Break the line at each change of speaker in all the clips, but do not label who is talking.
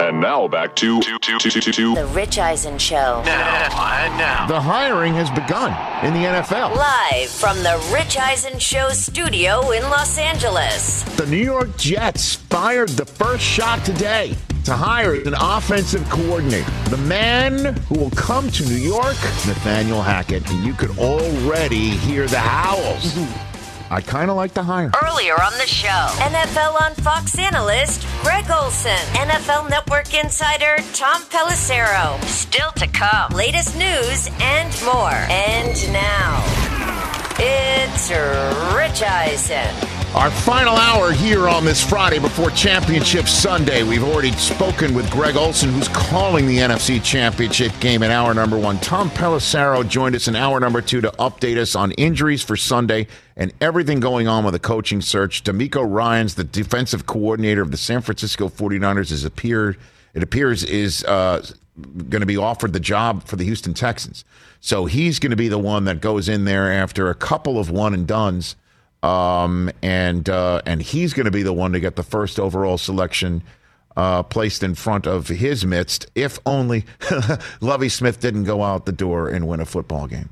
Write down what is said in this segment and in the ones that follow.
And now back to, to, to, to, to, to
The Rich Eisen Show.
The hiring has begun in the NFL.
Live from the Rich Eisen Show studio in Los Angeles.
The New York Jets fired the first shot today to hire an offensive coordinator. The man who will come to New York, Nathaniel Hackett. And you could already hear the howls. I kind of like the hire.
Earlier on the show, NFL on Fox analyst Greg Olson, NFL Network insider Tom Pelissero. Still to come, latest news and more. And now, it's Rich Eisen.
Our final hour here on this Friday before Championship Sunday. We've already spoken with Greg Olson, who's calling the NFC Championship game in hour number one. Tom Pelissero joined us in hour number two to update us on injuries for Sunday and everything going on with the coaching search. D'Amico Ryans, the defensive coordinator of the San Francisco 49ers, is appeared, it appears is uh, going to be offered the job for the Houston Texans. So he's going to be the one that goes in there after a couple of one and dones um, and uh, and he's going to be the one to get the first overall selection uh, placed in front of his midst, if only Lovey Smith didn't go out the door and win a football game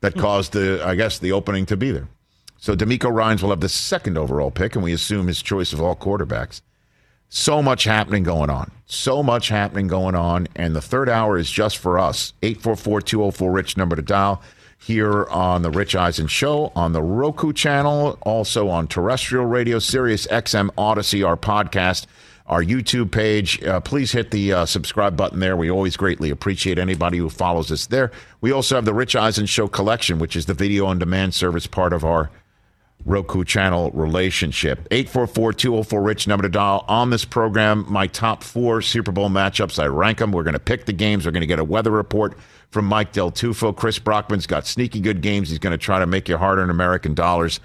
that caused the, I guess, the opening to be there. So D'Amico Rhines will have the second overall pick, and we assume his choice of all quarterbacks. So much happening going on. So much happening going on. And the third hour is just for us. 844 204 Rich number to dial here on the Rich Eisen Show, on the Roku channel, also on terrestrial radio, Sirius XM Odyssey, our podcast, our YouTube page. Uh, please hit the uh, subscribe button there. We always greatly appreciate anybody who follows us there. We also have the Rich Eisen Show collection, which is the video on demand service part of our Roku channel relationship. 844 204 Rich, number to dial. On this program, my top four Super Bowl matchups, I rank them. We're going to pick the games. We're going to get a weather report from Mike Del Tufo. Chris Brockman's got sneaky good games. He's going to try to make your hard earned American dollars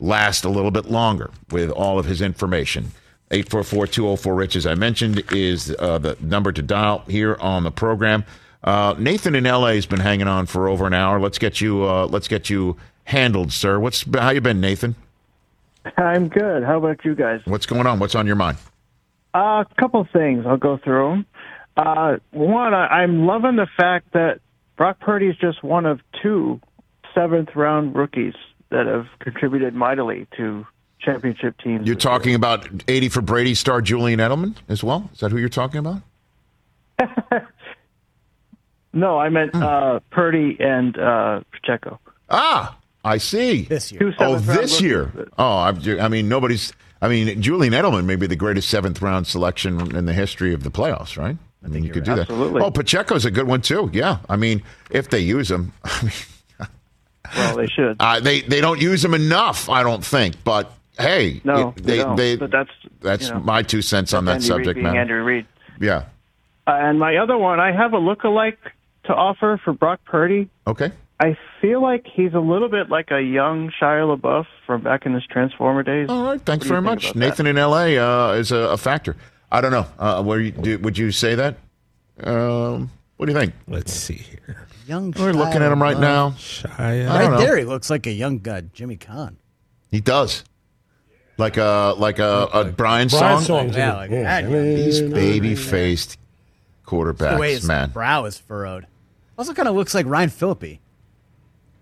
last a little bit longer with all of his information. 844 204 Rich, as I mentioned, is uh, the number to dial here on the program. Uh, Nathan in LA has been hanging on for over an hour. Let's get you. Uh, let's get you handled, sir. What's how you been, Nathan?
I'm good. How about you guys?
What's going on? What's on your mind?
Uh, a couple things. I'll go through 'em. Uh, one, I, I'm loving the fact that Brock Purdy is just one of two seventh round rookies that have contributed mightily to championship teams.
You're talking about 80 for Brady star Julian Edelman as well. Is that who you're talking about?
no, I meant
Hmm.
uh, Purdy and uh, Pacheco.
Ah, I see.
this year.
Two
Oh,
seventh round
this
rookies
year.
that-
Oh, I, I mean, nobody's. I mean, Julian Edelman may be the greatest seventh round selection in the history of the playoffs, right? I, mean, you could do
Absolutely.
that. Oh, Pacheco's a good one too. Yeah, I mean, if they use him, I mean,
Well, they should.
uh, they they don't use him enough, I don't think. But hey,
No,
it-
they don't. But that's,
that's
you know,
my two cents on that
Andy Reid
subject
being
matter.
Andrew Reid.
Yeah.
Uh, and my other one, I have a look-alike to offer for Brock Purdy.
Okay.
I feel like he's a little bit like a young Shia LaBeouf from back in his Transformer days.
All right. Thanks
What do you
very
think
much.
about
Nathan in L.A. Uh, is a, a factor. I don't know. Uh, where you, do, would you say that? Um, what do you think?
Let's see here. Young.
We're looking at him right now. I
Right
don't know.
there, he looks like a young guy, Jimmy Kahn.
He does. Like a like a, a
Brian
Brian, song.
Song's
Yeah,
good.
like
Yeah,
that.
I mean,
These baby faced
The way
quarterbacks,
his
man.
brow is furrowed. Also, kind of looks like Ryan Phillippe.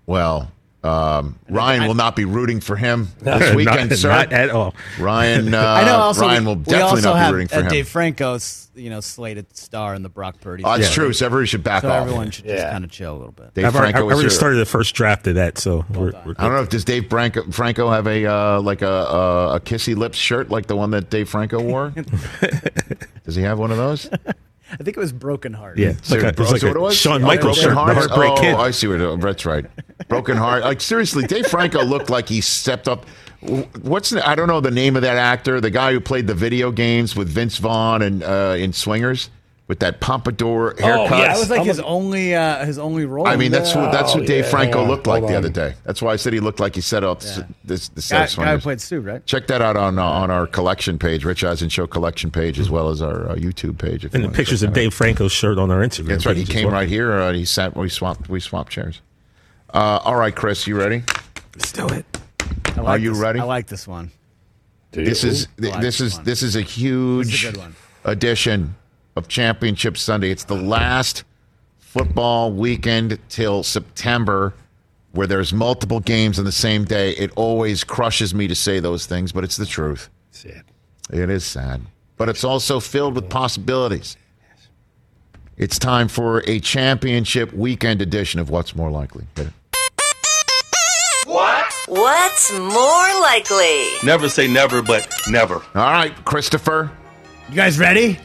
Well, Um, Ryan will not be rooting for him this
Not-
weekend, sir.
not at all.
Ryan, uh,
I know. Also,
Ryan will
we
definitely
also
not
have
be rooting for
uh,
him.
Dave Franco's, you know, slated star in the Brock Purdy.
Oh, that's
series.
true. So everybody should back
So
off.
everyone should just kind of chill a little bit.
Dave
I've already, I've
Franco was
already
your-
started the first draft of that, so we're, we're
I don't know if does Dave Franco, Franco have a uh, like a, a a kissy lips shirt like the one that Dave Franco wore? does he have one of those?
I think it was Broken Heart.
Yeah, it's like a,
Bro-
it's like
so what
a
it was?
Shawn
Oh,
Michaels
Broken
shirt, the
Heart?
Heartbreak
oh,
Kid.
I see what it- that's right. Broken Heart. Like seriously, Dave Franco looked like he stepped up. What's the, I don't know the name of that actor, the guy who played the video games with Vince Vaughn and uh, in Swingers with that pompadour haircut.
yeah,
That Oh, was like
I'm
his
a-
only uh, his only role. uh,
I mean, that's what that's
Oh,
what Dave
yeah.
Franco
Hold
looked like
on.
the other day. That's why I said he looked like he set up s- this. this
guy,
set of
guy who
Swingers.
played Sue, right?
Check that out on uh, on our collection page, Rich Eisen Show collection page, as well as our uh, YouTube page. If you
And the
wanna
pictures
check
of
that out.
Dave Franco's shirt on our Instagram.
That's right. He
page as
came
well.
right here. Uh, he sat. We swapped. We swapped chairs. Uh, all right, Chris, you ready?
Let's do it.
I like
you
this-
ready?
I like this one.
This is th-
like
this
this
is
one.
this is a huge
good one.
edition of Championship Sunday. It's the last football weekend till September where there's multiple games on the same day. It always crushes me to say those things, but it's the truth. It is sad, but it's also filled with possibilities. It's time for a championship weekend edition of What's More Likely. Hit it.
What's more likely?
Never say never, but never.
All right, Christopher,
You guys ready?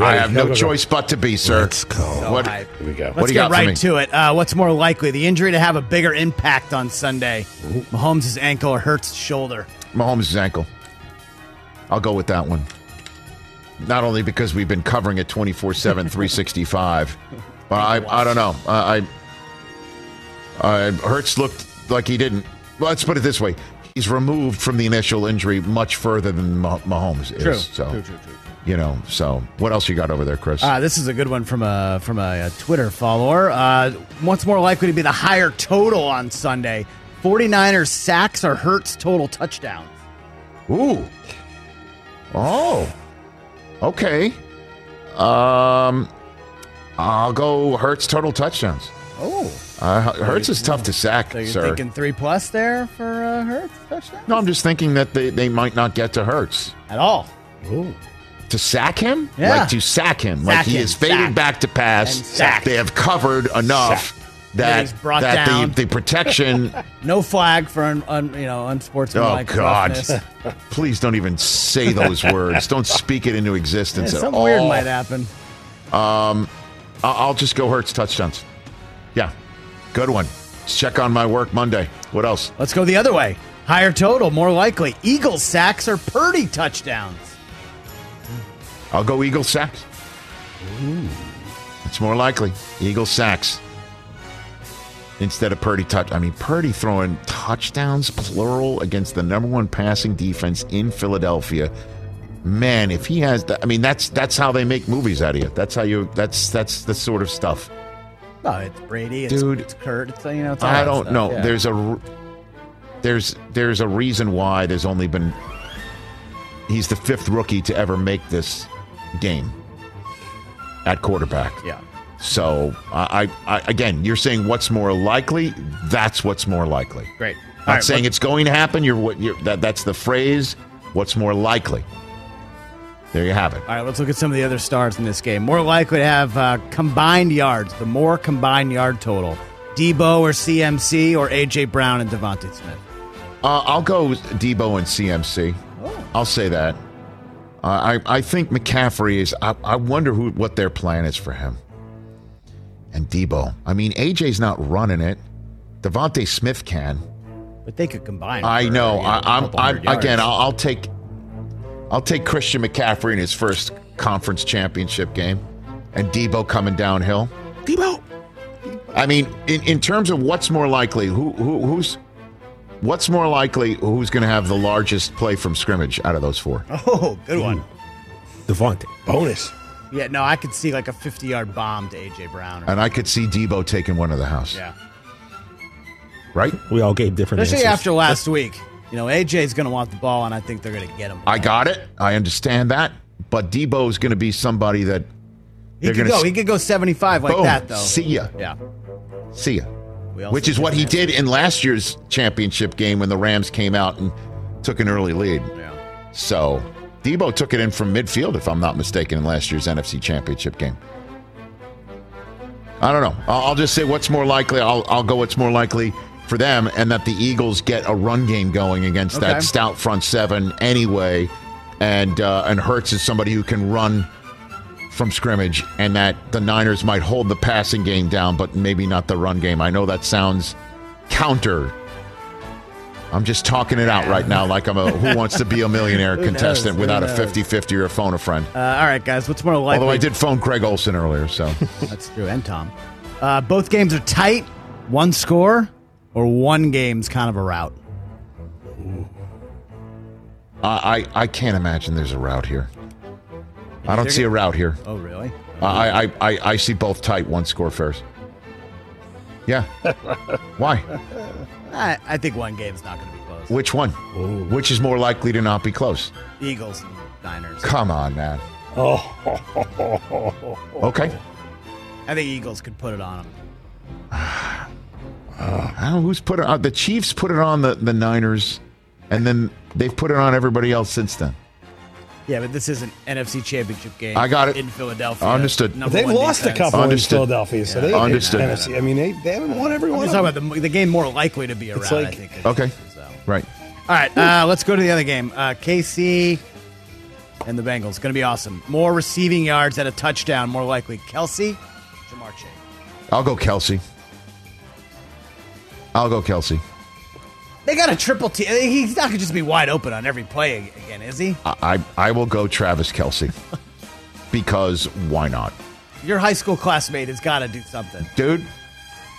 I have no choice but to be, sir.
Let's go.
What,
hype.
what do you got
Let's
for
get
me?
right to it. Uh, what's more likely, the injury to have a bigger impact on Sunday? Mahomes' ankle or Hurts' shoulder?
Mahomes' ankle. I'll go with that one. Not only because we've been covering it 24 7, 365, but I, I don't know. I, I, I Hertz looked like he didn't. Well, let's put it this way he's removed from the initial injury much further than Mah- Mahomes is. So, you know, so what else you got over there, Chris?
Uh, this is a good one from a from a, a Twitter follower. Uh, what's more likely to be the higher total on Sunday? 49ers sacks or Hurts total touchdowns?
Ooh. Oh. Okay. Um, I'll go Hertz total touchdowns.
Oh,
Uh, Hertz is tough to sack,
so you're
sir.
thinking three plus there for uh, Hurts touchdown?
no, I'm just thinking that they, they might not get to Hertz.
at all.
To sack him?
Yeah.
Like to sack him. like
Sack
he
him.
is faded
Sack.
back to pass.
And sack.
They have covered enough that,
Everything's brought
that
down.
The, the protection.
No flag for un, un, you know
oh,
unsportsmanlike
God.
roughness.
Please don't even say those words. Don't speak it into
Yeah,
existence at
something
all.
weird might happen.
I- I'll just go Hertz touchdowns. Yeah, good one. Let's check on my work Monday. What else?
Let's go the other way. Higher total, more likely. Eagles sacks or Purdy touchdowns?
I'll go Eagle sacks. It's more likely Eagle sacks instead of Purdy touch. I mean, Purdy throwing touchdowns plural against the number one passing defense in Philadelphia. Man, if he has, the, I mean, that's that's how they make movies out of you. That's how you. That's that's the sort of stuff.
Oh, it's Brady, it's,
Dude.
it's Kurt, it's you know. It's all
I
that
don't
stuff,
know.
yeah.
There's a r- there's there's a reason why there's only been he's the fifth rookie to ever make this game at quarterback.
yeah.
So I, I, I again, you're saying what's more likely? That's what's more likely.
Great.
Not saying it's going to happen. You're what you're that that's the phrase. What's more likely? There you have it.
All right, let's look at some of the other stars in this game. More likely to have uh, combined yards, the more combined yard total. Debo or CMC or AJ Brown and Devontae Smith.
Uh, I'll go with Debo and CMC.
Oh.
I'll say that. Uh, I I think McCaffrey is. I, I wonder who what their plan is for him. And Debo. I mean, AJ's not running it. Devontae Smith can.
But they could combine.
I
for,
know.
you a
I, I'm.
couple
I'm
hundred yards.
again. I'll, I'll take. I'll take Christian McCaffrey in his first conference championship game, and Debo coming downhill.
Debo.
I mean, in, in terms of what's more likely, who, who who's what's more likely who's going to have the largest play from scrimmage out of those four?
Oh, good one.
Mm.
Devontae. Bonus.
Yeah, no, I could see like a 50 yard bomb to AJ Brown. Or,
And I could see Debo taking one of the house,
yeah.
right?
We all gave different
Especially
answers.
after last week. You know, AJ's going to want the ball, and I think they're going to get him.
I got it. I understand that, but Debo is going to be somebody that
He
they're
could
gonna
go.
s-
He could go 75 like
boom.
that, though.
See ya.
Yeah.
See ya.
We also
which is
did
what he
that.
did in last year's championship game when the Rams came out and took an early lead.
Yeah.
So Debo took it in from midfield, if I'm not mistaken, in last year's NFC Championship game. I don't know. I'll, I'll just say what's more likely. I'll, I'll go what's more likely for them, and that the Eagles get a run game going against
Okay.
that stout front seven anyway. And uh, and Hertz is somebody who can run from scrimmage, and that the Niners might hold the passing game down, but maybe not the run game. I know that sounds counter. I'm just talking it out right now, like I'm a Who Wants to Be a Millionaire contestant
Who
without a
knows?
50 50 or a phone a friend.
Uh, all right, guys. What's more likely?
Although I did phone Craig Olson earlier, so
That's true. And Tom. Uh, both games are tight. One score or one game's kind of a rout.
I, I, I can't imagine there's a route here. I don't see a route here.
Oh, really?
I, I, I, I see both tight one score fairs. Yeah. Why?
I, I think one game's not going to be close.
Which one? Which is more likely to not be close?
Eagles and Niners.
Come on, man. Oh. Okay.
I think Eagles could put it on them.
I don't know who's put it on. The Chiefs put it on the, the Niners, and then they've put it on everybody else since then.
Yeah, but this is an NFC Championship game.
I got it.
In Philadelphia.
Understood.
Number
They've
one
lost a
defense.
couple
Understood.
in Philadelphia, so they
Understood.
NFC. I mean, they, they haven't won every
I'm
one
just
of
talking
them.
about the, the game more likely to be a rout, I
like-
think.
Okay.
So.
Right.
All right, uh, let's go to the other game. Uh, KC and the Bengals. Going to be awesome. More receiving yards at a touchdown, more likely. Kelsey, Jamar Chase.
I'll go Kelsey. I'll go Kelsey.
They got a triple T. He's not going to just be wide open on every play ag- again, is he?
I, I, I will go Travis Kelsey because why not?
Your high school classmate has got to do something.
Dude,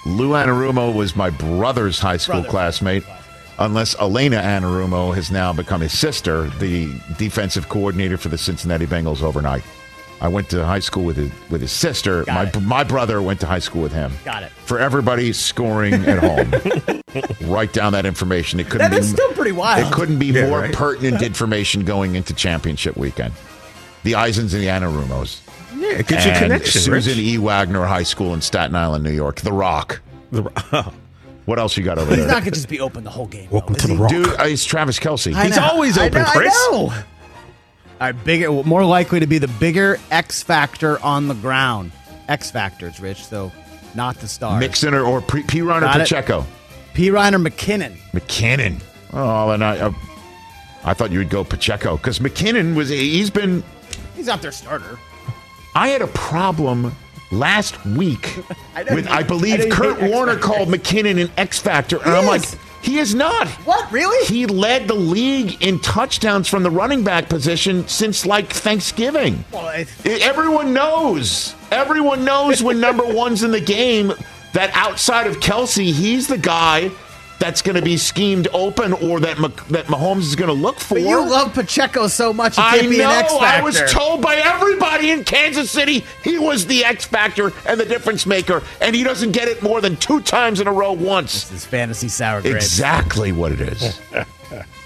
Lou Anarumo was my brother's high school
Brother.
classmate. Unless Elena Anarumo has now become his sister, the defensive coordinator for the Cincinnati Bengals overnight. I went to high school with his, with his sister.
Got
my
it.
my brother went to high school with him.
Got it.
For everybody scoring at home, write down that information. It couldn't
That
be
is still pretty wild.
it couldn't be more
right.
pertinent information going into championship weekend. The Isons and the Anarumos.
Yeah, it gets you
And
connection.
Susan
Rich.
E. Wagner High School in Staten Island, New York. The Rock.
The-
What else you got over
He's not
there?
going to just be open the whole game.
Welcome
though,
to
is
the
he?
Rock.
Dude, uh, it's Travis Kelsey.
I
He's
know.
always
I
open,
know, I
Chris.
know. All right, bigger, more likely to be the bigger X factor on the ground. X factors, Rich. So not the stars.
Mixon or, or P. P. Ryan or
Got it.
Pacheco?
P. Ryan or McKinnon.
McKinnon. Oh, and I, uh, I thought you would go Pacheco because McKinnon was, he's been
He's not their starter.
I had a problem last week
I know
with,
you-
I
I know
believe,
you
Kurt
hate X
Warner
Factor.
called McKinnon an X Factor. And I'm like,
is.
he is not.
What? Really?
He led the league in touchdowns from the running back position since like Thanksgiving.
Well, I-
I- Everyone knows. Everyone knows when number one's in the game that outside of Kelsey, he's the guy that's going to be schemed open or that, Mc, that Mahomes is going to look for.
But you love Pacheco so much, it
I
can't be
know.
an X
I
factor.
was told by everybody in Kansas City he was the X factor and the difference maker, and he doesn't get it more than two times in a row once.
This is fantasy sour grapes.
Exactly what it is.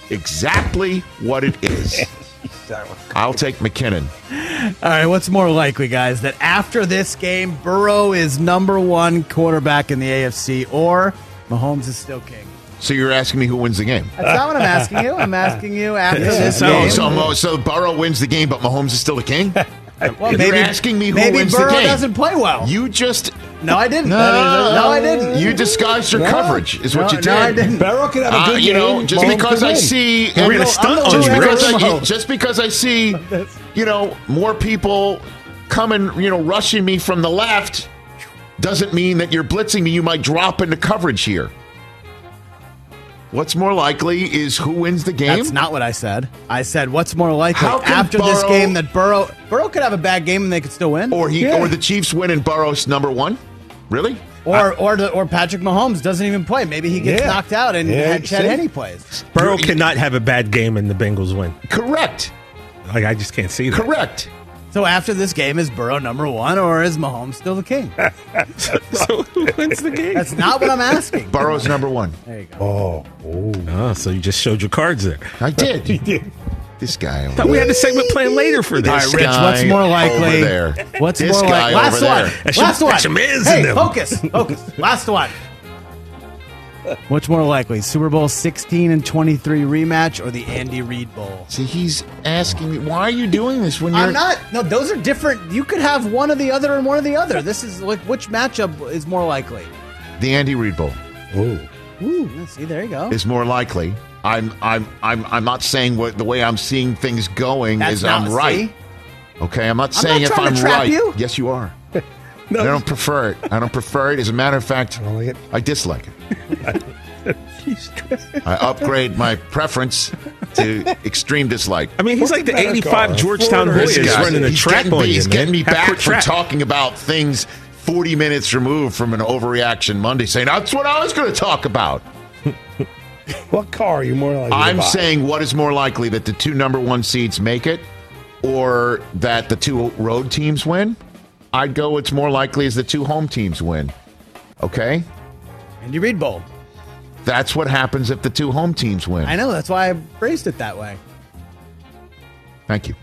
exactly what it is. I'll take McKinnon.
All right, what's more likely, guys, that after this game, Burrow is number one quarterback in the AFC, or Mahomes is still king?
So you're asking me who wins the game?
That's not what I'm asking you. I'm asking you after this
So-
Oh,
game.
so, Mo, so Burrow wins the game, but Mahomes is still the king.
well,
you're asking me who
maybe
wins the
Burrow
game.
doesn't play well.
You just
no, I didn't. no, I didn't.
You disguised your
No.
coverage, is what
No,
you did.
no, I didn't.
Barrow could have a
Uh,
good
you
game.
know, just
Mahomes
because
could
I
win.
see,
We're gonna
and-
stunt
just
on you,
because
Rich.
I, just because I see, you know, more people coming, you know, rushing me from the left, doesn't mean that you're blitzing me. You might drop into coverage here. What's more likely is who wins the game.
That's not what I said. I said, what's more likely
How can
after this
Burrow-
game that Burrow Burrow could have a bad game and they could still win,
or he,
Yeah.
or the Chiefs win and Burrow's number one. Really?
or or, the, or Patrick Mahomes doesn't even play. Maybe he gets
Yeah.
knocked out and
Yeah,
had Chad
see?
Henne plays.
Burrow
Dude,
cannot have a bad game and the Bengals win.
Correct.
Like I just can't see that.
Correct.
So after this game, is Burrow number one or is Mahomes still the king?
so who wins the game?
That's not what I'm asking.
Burrow's number one.
There you go.
Oh, so you just showed your cards there.
I did. This guy. Over
Thought we
there.
had a segment planned later for this.
This guy
what's more
over
likely?
there.
What's
This
more
guy
like?
over
Last
there.
one.
That's your-
Last
that's your
one.
man's in
Hey,
them.
focus, focus. Last one. What's more likely, Super Bowl 16 and 23 rematch or the Andy Reid Bowl?
See, he's asking me, why are you doing this when you're
I'm not. No, those are different. You could have one or the other and one or the other. This is like which matchup is more likely?
the Andy Reid Bowl
Oh,
Ooh, yeah, see, there you go.
is more likely. I'm I'm I'm I'm not saying what the way I'm seeing things going is
not-
I'm right.
see?
Okay, I'm not
I'm
saying
not
if
trying
I'm
to trap
right.
you.
Yes, you are. I don't prefer it. I don't prefer it. As a matter of fact, I,
don't
Oh,
like it.
dislike it. I upgrade my preference to extreme dislike.
I mean, he's like the
better
'85
car?
Georgetown
Florida
Hoyas
is
Guys,
running a
he's
trap
getting,
on
me-
you,
he's
man.
getting me
Half
back
court
for
trap.
talking about things 40 minutes removed from an overreaction Monday, saying that's what I was going to talk about.
What car are you more likely? to
I'm
buy?
saying what is more likely that the two number one seeds make it or that the two road teams win? I'd go it's more likely is the two home teams win. Okay?
Andy Reid Bowl.
That's what happens if the two home teams win.
I know. That's why I phrased it that way.
Thank you.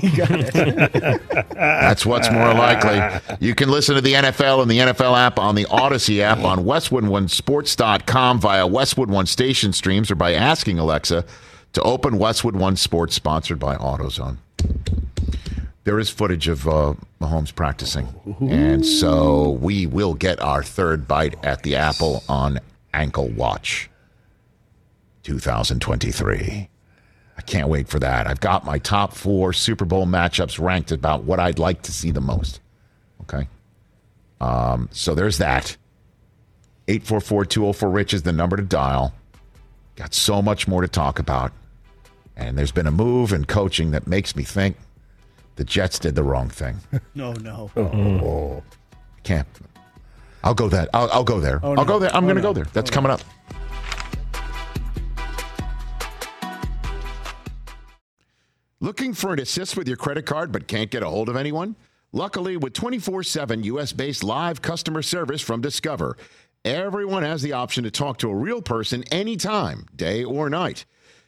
That's what's more likely. You can listen to the NFL and the NFL app on the Odyssey app on WestwoodOneSports.com via Westwood One station streams or by asking Alexa to open Westwood One Sports sponsored by AutoZone. There is footage of uh, Mahomes practicing. And so we will get our third bite at the apple on Ankle Watch 2023. I can't wait for that. I've got my top four Super Bowl matchups ranked about what I'd like to see the most. Okay. Um, so there's that. 844 204 Rich is the number to dial. Got so much more to talk about. And there's been a move in coaching that makes me think the Jets did the wrong thing. Oh.
No, no.
Can't. I'll go that. I'll, I'll go
Oh,
there. I'll go there. I'm going to go there. That's coming up. Looking for an assist with your credit card but can't get a hold of anyone? Luckily, with 24 7 US based live customer service from Discover, everyone has the option to talk to a real person anytime, day or night.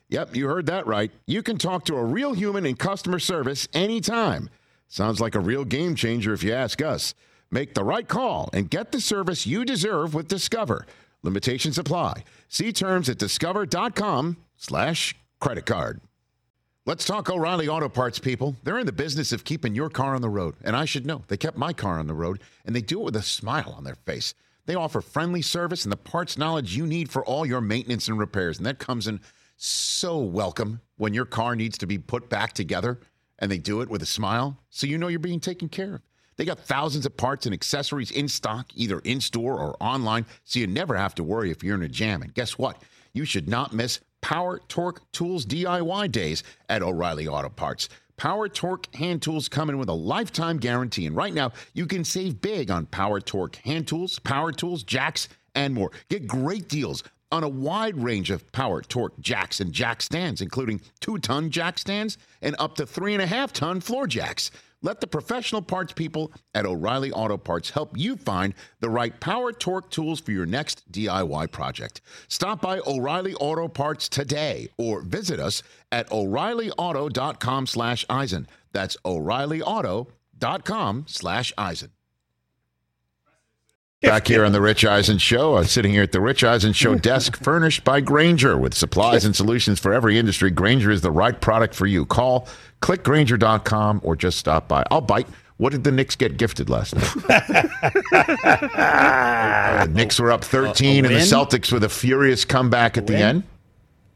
Yep, you heard that right. You can talk to a real human in customer service anytime. Sounds like a real game changer if you ask us. Make the right call and get the service you deserve with Discover. Limitations apply. See terms at discover.com slash credit card. Let's talk O'Reilly Auto Parts people. They're in the business of keeping your car on the road, and I should know. They kept my car on the road, and they do it with a smile on their face. They offer friendly service and the parts knowledge you need for all your maintenance and repairs, and that comes in so welcome when your car needs to be put back together, and they do it with a smile, so you know you're being taken care of. They got thousands of parts and accessories in stock, either in store or online, so you never have to worry if you're in a jam. And guess what? You should not miss Power Torque Tools DIY days at O'Reilly Auto Parts. Power Torque hand tools come in with a lifetime guarantee, and right now you can save big on Power Torque hand tools, power tools, jacks, and more. Get great deals on a wide range of power torque jacks and jack stands, including two ton jack stands and up to three and a half ton floor jacks. Let the professional parts people at O'Reilly Auto Parts help you find the right power torque tools for your next DIY project. Stop by O'Reilly Auto Parts today or visit us at O'ReillyAuto.com slash Eisen. That's O'ReillyAuto.com slash Eisen. Back here on the Rich Eisen Show, I'm sitting here at the Rich Eisen Show desk, furnished by Granger with supplies and solutions for every industry. Granger is the right product for you. Call clickgranger.com or just stop by. I'll bite. What did the Knicks get gifted last night? the Knicks were up 13, and the
win?
Celtics with a furious comeback at the
win?
end.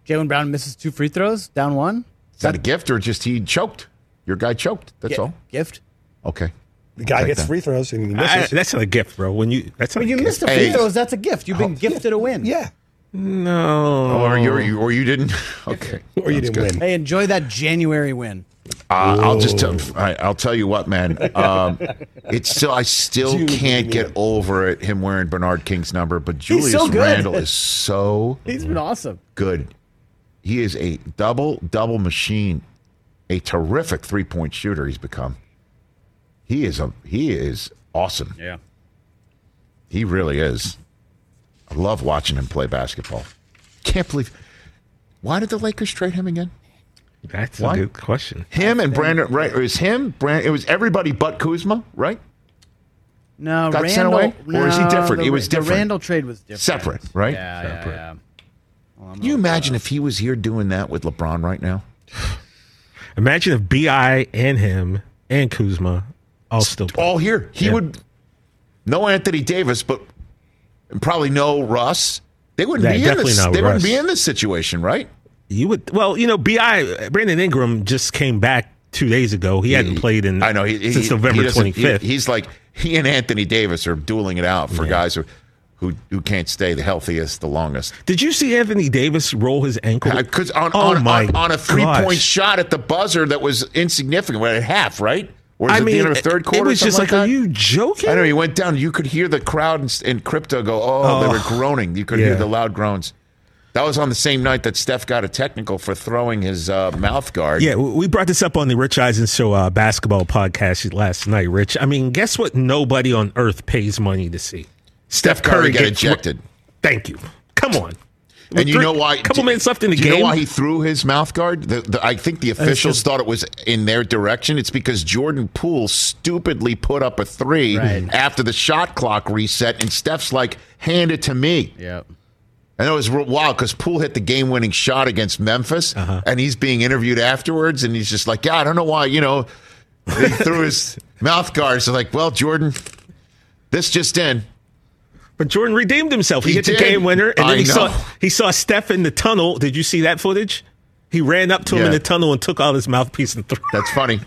Jalen Brown misses two free throws, down one.
Is that a gift or just he choked? Your guy choked. That's
Gi-
all.
Gift.
Okay.
the guy
Take
gets
that.
free throws and he
I-
misses.
that's not a gift, bro. When you that's not
When
a
you
gift.
miss the
Hey. Oh,
free throws, that's a gift. You've been gifted a win.
yeah,
no.
Or you, you or you didn't. Okay.
Oh. or you
Sounds
didn't
good.
win.
Hey, enjoy that January win.
Uh, I'll just tell, I, I'll tell you what, man. Um, it's still I still
Dude,
can't
yeah.
get over it. Him wearing Bernard King's number, but Julius
so good.
Randle is so
He's been awesome.
good. He is a double double machine, a terrific three point shooter. He's become. He is a he is awesome.
Yeah.
He really is. I love watching him play basketball. Can't believe. Why did the Lakers trade him again?
That's
What?
a good question.
Him and Brandon, right? It was him. Brand, it was everybody but Kuzma, right?
No,
Got
Randall,
sent away? Or is he
no,
different?
the-
It was
The
different.
Randall trade was different.
Separate, right?
Yeah,
Separate.
yeah, yeah.
Can you imagine if he was here doing that with LeBron right now?
Imagine if Bi and him and Kuzma all still play.
All here. He
Yeah.
would no Anthony Davis, but and probably no Russ. They wouldn't
Yeah,
be in
definitely
this.
not
They wouldn't be
Russ.
in this situation, right?
You would well, you know, Bi Brandon Ingram just came back two days ago. He hadn't played in
I know he, he-
since
he-
November
he doesn't-
twenty
he-
fifth.
he's like he and Anthony Davis are dueling it out for guys who, who who can't stay the healthiest, the longest.
Did you see Anthony Davis roll his ankle?
Because on,
Oh
on,
my
on, on a three
gosh.
point shot at the buzzer that was insignificant, well, at half, right? Or was
I
it
mean,
the end of the third quarter?
it
or
was just
something
like, are
that?
you joking?
I know he went down. You could hear the crowd and, and crypto go, oh, they were groaning. You could hear
yeah.
the loud groans. That was on the same night that Steph got a technical for throwing his uh, mouth guard.
Yeah, w- we brought this up on the Rich Eisen show uh, basketball podcast last night, Rich. I mean, guess what? Nobody on earth pays money to see.
Steph Curry got
gets-
ejected.
Thank you. Come on.
And you know why?
A couple minutes left in the
do
game.
You know why he threw his mouth guard? The, the, I think the officials
just-
thought it was in their direction. It's because Jordan Poole stupidly put up a three
Right.
after the shot clock reset, and Steph's like, hand it to me.
Yep.
And it was real wild because Poole hit the game winning shot against Memphis,
Uh-huh.
and he's being interviewed afterwards, and he's just like, Yeah, I don't know why, you know, he threw his mouth guard. So, like, well, Jordan, this just in.
but Jordan redeemed himself. He,
He
hit
did.
the game winner, and
I
then he
know.
saw he saw Steph in the tunnel. Did you see that footage? He ran up to him
Yeah.
in the tunnel and took out his mouthpiece and threw. it.
That's funny.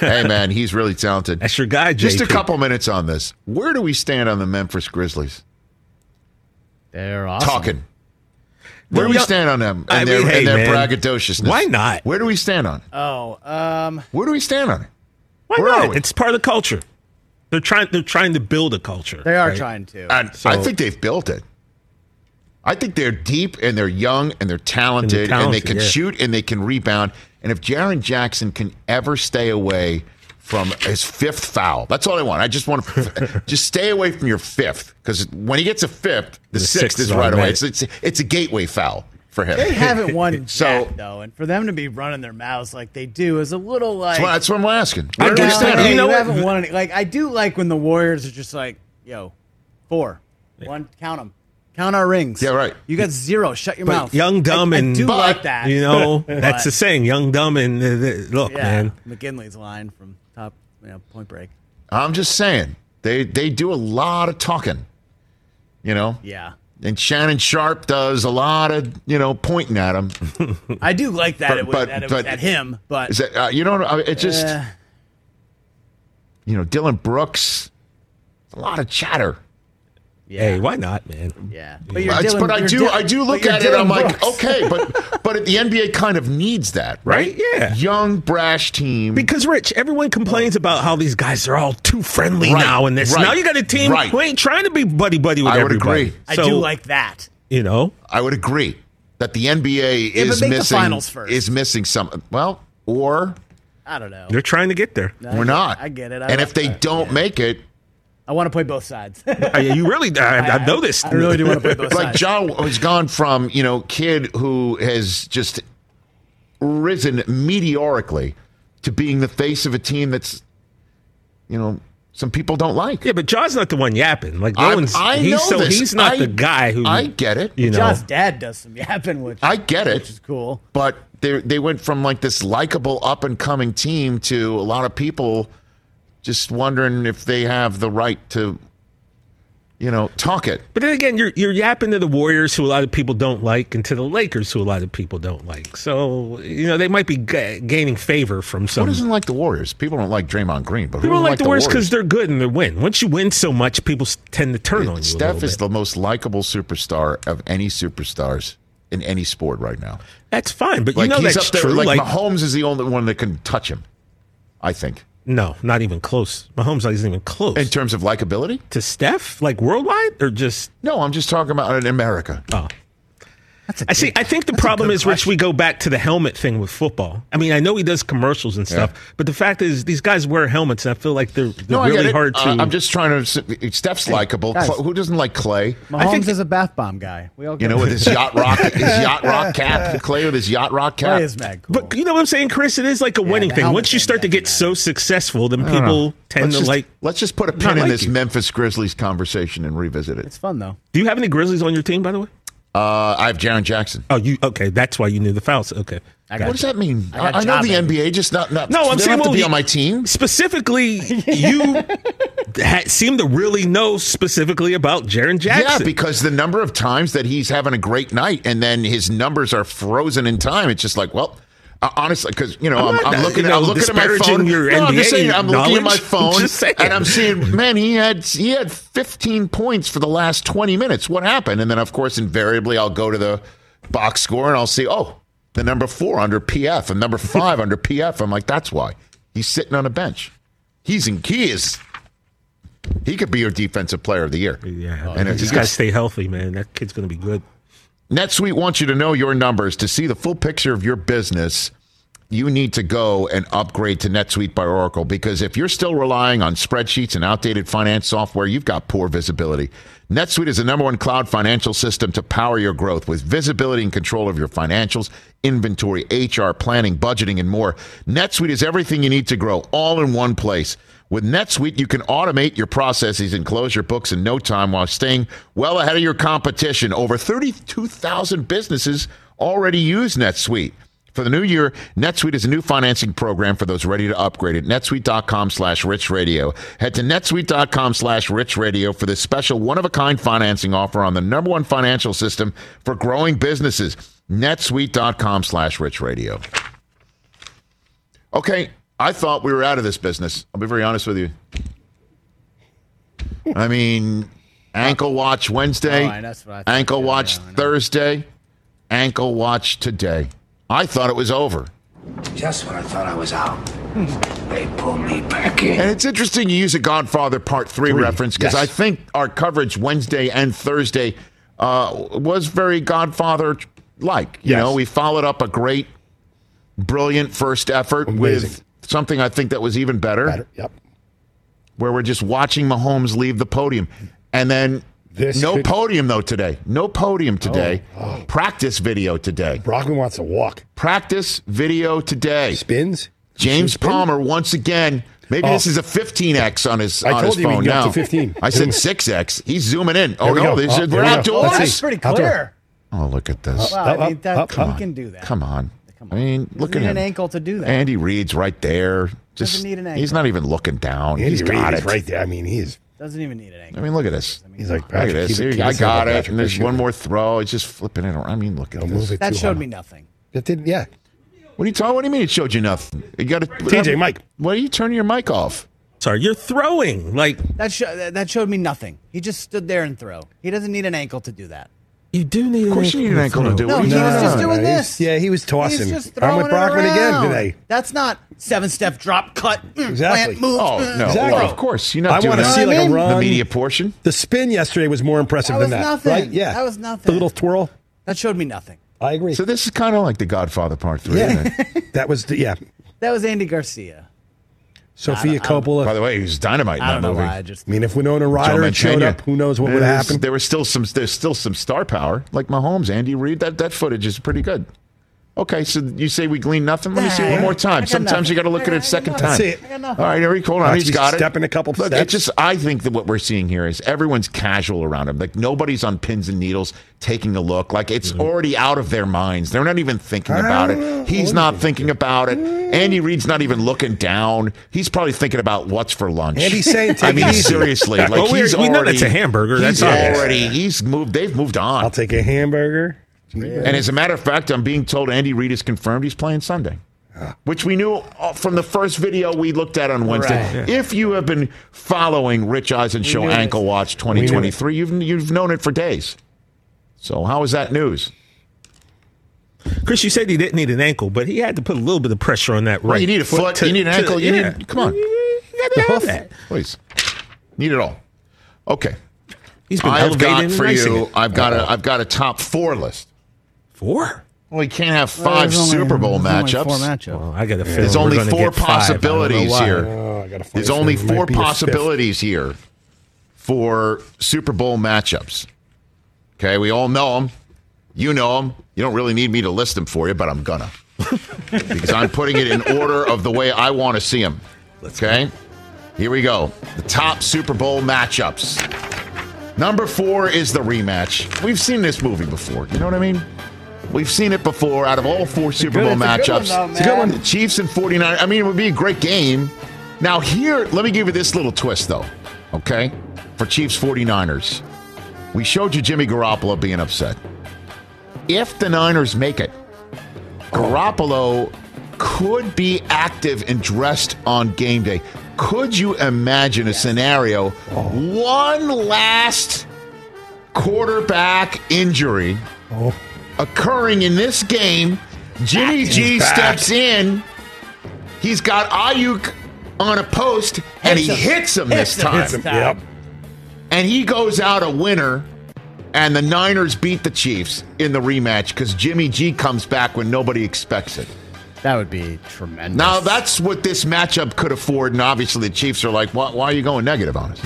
hey, man, he's really talented.
That's your guy,
Just a
JP.
couple minutes on this. Where do we stand on the Memphis Grizzlies?
They're awesome.
Talking. Where do
They're
we
young-
stand on them and
I
their,
mean, hey,
and their
man.
braggadociousness?
Why not? Uh,
Where do we stand on it?
Oh, um,
Where do we stand on it?
Why
Where
not?
are we?
It's part of the culture. They're trying. They're trying to build a culture.
they are
right?
trying to.
And I think they've built it. I think they're deep and they're young and they're talented and,
talented,
they can
yeah.
shoot and they can rebound. And if Jaron Jackson can ever stay away from his fifth foul, that's all I want. I just want to just stay away from your fifth because when he gets a fifth, the,
The
sixth,
sixth
is
is
right away. It's,
automatic.
it's it's a gateway foul for him.
they haven't won
So-
so, though, and for them to be running their mouths like they do is a little like.
That's what, that's what I'm asking.
I
Where do we
guess
No,
that-
stand on
you,
it?
You know what?
haven't won any. Like I do like when the Warriors are just like, yo, four, one, count them, count our rings.
Yeah, right.
You got zero. Shut your
But
mouth.
young, dumb,
I, I
and-
do
But-
like that.
You know, that's
But-
the saying, young, dumb, and uh, uh, look,
yeah,
man.
McGinley's line from top, you know, Point Break.
I'm just saying they they do a lot of talking. You know,
Yeah,
and Shannon Sharp does a lot of you know pointing at him.
I do like that.
But-
it was,
but-
that it
but-
was at him, but
Is that uh, you know? I- It just
eh,
you know Dylan Brooks, a lot of chatter.
yeah,
Hey, why not, man?
yeah. But, you're
I-
Dylan,
but I
you're
do
Dylan-
I do
but
look
you're
at it. I'm
Dylan
like
Brooks.
okay, but but the NBA kind of needs that, right?
Right? Yeah.
young brash team.
Because Rich, everyone complains about how these guys are all too friendly
Right,
now and this.
right,
now you got a team
right.
who ain't trying to be buddy buddy with
I would
everybody.
agree.
I
So,
do like that.
you know.
I would agree that the NBA
Yeah, but
is
make the
missing
finals first.
is missing some. Well, or
I don't know.
They're trying to get there.
we're not.
I get it. I
and
like
if they
that.
don't make it,
I want to play both sides.
I- you really, I, I know this.
I really do want to play both
like
sides.
John has gone from you know kid who has just risen meteorically to being the face of a team that's you know some people don't like.
Yeah, but Jaw's not the one yapping. Like no
I-
one's.
I
he's,
know
so
this.
he's not
I-
the guy who.
I get it.
You know.
John's dad does some yapping, which
I get it.
which is cool.
But they they went from like this likable up and coming team to a lot of people just wondering if they have the right to you know talk it.
But then again, you're you're yapping to the Warriors, who a lot of people don't like, and to the Lakers, who a lot of people don't like. So you know they might be g- gaining favor from
Who
some.
doesn't like the Warriors? People don't like Draymond Green, but who
people
don't
don't like, the Warriors
Warriors?
because they're good and they win. Once you win so much, people s- tend to turn on you. a
Steph
little
is
bit.
the most likable superstar of any superstars in any sport right now.
that's fine, but
Like
you know
he's
that's
up there.
true.
Like,
Like,
Mahomes is the only one that can touch him, I think,
no, not even close. Mahomes isn't even close
in terms of likability.
to Steph, like worldwide or just.
No, I'm just talking about in America.
Oh.
That's a
I see.
good-
I think the
that's a
problem
good
is, Rich, we
question.
go back to the helmet thing with football. I mean, I know he does commercials and stuff, but the fact is, these guys wear helmets, and I feel like they're, they're
No, I get
really
it.
hard to.
Uh, I'm just trying to. Steph's likable.
guys.
Cla- Who doesn't like Clay?
Mahomes
I think-
is a bath bomb guy. We all
You
get
know,
it.
with his yacht rock, his yacht rock cap. Clay with his yacht rock cap.
Clay is mad cool.
But you know what I'm saying, Chris? It is like a winning
the
thing.
helmet
Once you
thing
start to
doesn't
get so successful, then people tend
Let's
to
just,
like.
let's just put a pin in
like
this
you.
Memphis Grizzlies conversation and revisit it.
it's fun though.
Do you have any Grizzlies on your team, by the way?
Uh, I have Jaron Jackson.
Oh, you okay? That's why you knew the fouls. Okay.
I
What does that mean?
I
I,
got
I know
job,
the
baby.
NBA, just not not.
No,
they
I'm
don't
saying
have to
well,
be
you-
on my team.
Specifically, you ha- seem to really know specifically about Jaron
Yeah,
Jackson.
because the number of times that he's having a great night and then his numbers are frozen in time, it's just like, well, uh, honestly, because you know, I'm, I'm,
not,
looking,
you know,
I'm looking at my
disparaging
phone.
your
no, I'm just
NBA
saying, I'm looking at my
knowledge.
phone
Just saying.
and I'm seeing, man, he had he had 15 points for the last 20 minutes. What happened? And then, of course, invariably, I'll go to the box score and I'll see, oh, the number four under PF and number five under PF. I'm like, that's why he's sitting on a bench. He's in he is He could be your defensive player of the year.
yeah.
and it's
he's
just
got to stay healthy, man. That kid's going to be good.
NetSuite wants you to know your numbers. To see the full picture of your business, you need to go and upgrade to NetSuite by Oracle because if you're still relying on spreadsheets and outdated finance software, you've got poor visibility. NetSuite is the number one cloud financial system to power your growth with visibility and control of your financials, inventory, HR, planning, budgeting, and more. NetSuite is everything you need to grow all in one place. With NetSuite, you can automate your processes and close your books in no time while staying well ahead of your competition. Over 32,000 businesses already use NetSuite. For the new year, NetSuite is a new financing program for those ready to upgrade at netsuite.com slash rich radio. Head to netsuite.com slash rich radio for this special one of a kind financing offer on the number one financial system for growing businesses. netsuite.com slash rich radio. Okay, I thought we were out of this business. I'll be very honest with you. I mean, ankle watch Wednesday,
Oh, I- that's what I thought.
ankle
Yeah,
watch
yeah, I know.
Thursday, ankle watch today. I thought it was over.
Just when I thought I was out, they pulled me back in.
And it's interesting you use a Godfather Part 3 reference because
yes.
I think our coverage Wednesday and Thursday uh, was very Godfather like. You
Yes.
know, we followed up a great, brilliant first effort
Amazing.
with something I think that was even
Better. Yep.
where we're just watching Mahomes leave the podium. And then
This
no
could- Oh,
podium though today. No podium today. Practice video today.
Brockman wants to walk.
Practice video today.
Spins.
James
Spin?
Palmer once again. Maybe
Oh.
this is a 15x on his
I
on
told
his
you we
phone
can get
now.
up to 15.
I said 6x. He's zooming in. Oh
There we
no,
go.
they
Oh,
said
there
we're
we go.
Oh,
outdoors.
Let's
that's
see.
pretty
Outdoor.
clear.
Oh look at this.
Wow,
Up,
I mean,
up,
that,
up,
he
up.
can do that.
Come on. I mean, look
need
at him.
an ankle to do that.
Andy Reid's right there. Just
Doesn't need an
He's
ankle.
not even looking down.
Andy
he's
Reid
got
is
it.
right there. I mean, he is.
Doesn't even need an angle.
I mean, look at this.
He's like
Look at
Patrick.
this.
keep it-
Here,
keep
I
simple,
got it.
Patrick.
And there's
Appreciate
one
it.
more throw. It's just flipping it around. I mean, look at
Don't
this.
move it
that
too
showed
hard.
me nothing.
That didn't. Yeah.
What are you talking? What do you mean it showed you nothing? You got to
TJ, Mike.
Why are you turning your mic off?
Sorry, you're throwing like
That sho- that that showed me nothing. He just stood there and throw. He doesn't need an ankle to do that.
you do need. Of
course you need an ankle to do it.
No,
What are
he
you
was
doing?
just doing
No, he's-
this.
yeah, he was tossing.
He's just
I'm
throwing
with
it
Brockman again
around.
today.
That's not seven step drop cut. mm,
Exactly.
Plant move.
Oh
mm,
no!
Exactly.
Well, of course, you're not
I
doing
wanna
that.
see, like, a
the
run.
media portion.
The spin yesterday was more impressive
That
than
was
that.
nothing.
Right? Yeah.
That was nothing.
The little twirl.
That showed me nothing.
I agree.
So this is kind of like The Godfather Part Three.
Yeah.
Isn't it?
that was the, yeah.
That was Andy Garcia.
Sophia
By
Coppola.
the way, he's dynamite in
I
that
don't know
movie.
why. I just
I mean, if Winona Ryder had showed
Mantegna.
up, who knows what would
There's-
have happened?
There was still some. There's still some star power, like Mahomes, Andy Reid. That that footage is pretty good. Okay, so you say we glean nothing. Let me see it one more
I
time.
got
Sometimes you
nothing.
got to look
I
at
got-
it a second
I
time.
got
nothing.
I got nothing.
All right, Eric, hold on.
Watch,
He's
he's
got it.
stepping a couple
Look,
steps.
it's just. I think that what we're seeing here is everyone's casual around him. Like nobody's on pins and needles taking a look. Like it's
Mm-hmm.
already out of their minds. They're not even thinking about
Ah,
it. He's not thinking about it. Andy Reid's not even looking down. He's probably thinking about what's for lunch.
And he's saying,
I
take
mean,
it easy.
seriously,
Yeah,
like
well, we-
he's
we know
already-
that's a hamburger.
He's
That's obvious.
already. He's moved. They've moved on.
I'll take a hamburger.
And as a matter of fact, I'm being told Andy Reid is confirmed he's playing Sunday,
Ah.
which we knew uh, from the first video we looked at on Wednesday. If you have been following Rich Eisen Show
knew it.
Ankle Watch 2023, you've, you've known it for days. So, how is that news?
Chris, you said he didn't need an ankle, but he had to put a little bit of pressure on that right.
you need a foot, you need an ankle, you need- come on.
You gotta have that.
Please. Need it all. Okay.
He's been
I've
elevated
got
and
for
nice
you,
again.
I've got, a, I've got a top four list.
Four?
Well, he can't have five
There's only-
Super Bowl
there's
matchups.
only Four matchups.
Well, I got to feel
There's
we're
only
gonna
four
get five. I don't know
possibilities
why.
here.
Oh, I got a funny
There's only
feeling it might
four
be a fifth.
possibilities here for Super Bowl matchups. Okay, we all know them. You know them. You don't really need me to list them for you, but I'm gonna because I'm putting it in order of the way I want to see them. Okay, here we go. The top Super Bowl matchups. Number four is the rematch. We've seen this movie before. You know what I mean? We've seen it before. Out of all four Super Bowl matchups,
It's a good one.
Chiefs and 49. I mean, it would be a great game. Now, here, let me give you this little twist, though, okay? For Chiefs 49ers. We showed you Jimmy Garoppolo being upset. If the Niners make it, Garoppolo could be active and dressed on game day. Could you imagine a scenario? One last quarterback injury Oh. occurring in this game. Jimmy G
back.
steps in. He's got Ayuk on a post and he hits him this time.
Yep.
And he goes out a winner. And the Niners beat the Chiefs in the rematch because Jimmy G comes back when nobody expects it.
That would be tremendous.
Now that's what this matchup could afford, and obviously the Chiefs are like, "Why, why are you going negative on us?"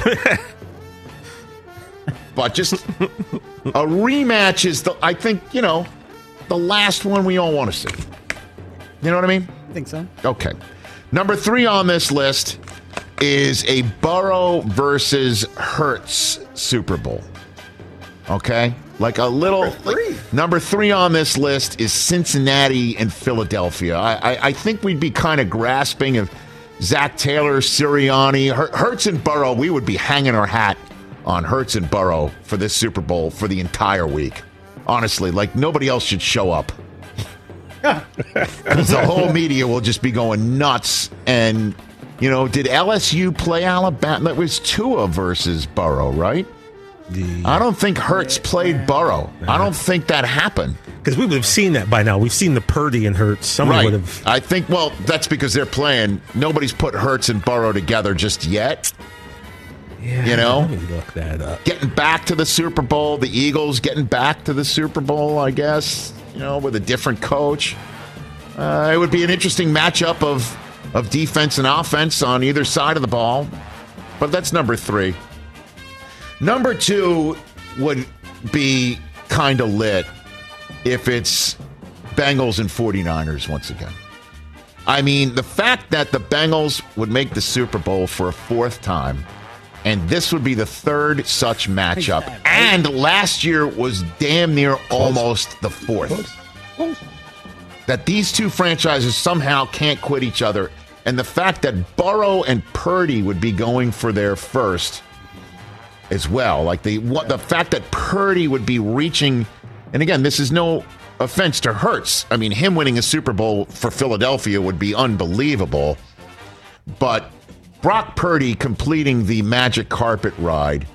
but just a rematch is the, I think, you know, the last one we all want to see. You know what I mean?
I think so.
Okay. Number three on this list is a Burrow versus Hertz Super Bowl. Okay? Like a little. Number three, on this list is Cincinnati and Philadelphia. I, I, I think we'd be kind of grasping of Zach Taylor, Sirianni, Her- Hertz and Burrow. We would be hanging our hat on Hertz and Burrow for this Super Bowl for the entire week. Honestly, like nobody else should show up. Because the whole media will just be going nuts. And, you know, did LSU play Alabama? That was Tua versus Burrow, right? I don't think Hertz played Burrow. I don't think that happened.
Because we would have seen that by now. We've seen the Purdy and Hurts. Somebody
Right.
would have.
I think, well, that's because they're playing. Nobody's put Hertz and Burrow together just yet.
Yeah,
You know?
let me look that up.
Getting back to the Super Bowl, the Eagles getting back to the Super Bowl, I guess, you know, with a different coach. Uh, it would be an interesting matchup of, of defense and offense on either side of the ball. But that's number three. Number two would be kind of lit if it's Bengals and 49ers once again. I mean, the fact that the Bengals would make the Super Bowl for a fourth time, and this would be the third such matchup. And last year was damn near almost the fourth. That these two franchises somehow can't quit each other. And the fact that Burrow and Purdy would be going for their first as well. Like the what the fact that Purdy would be reaching, and again, this is no offense to Hertz. I mean, him winning a Super Bowl for Philadelphia would be unbelievable. But Brock Purdy completing the magic carpet ride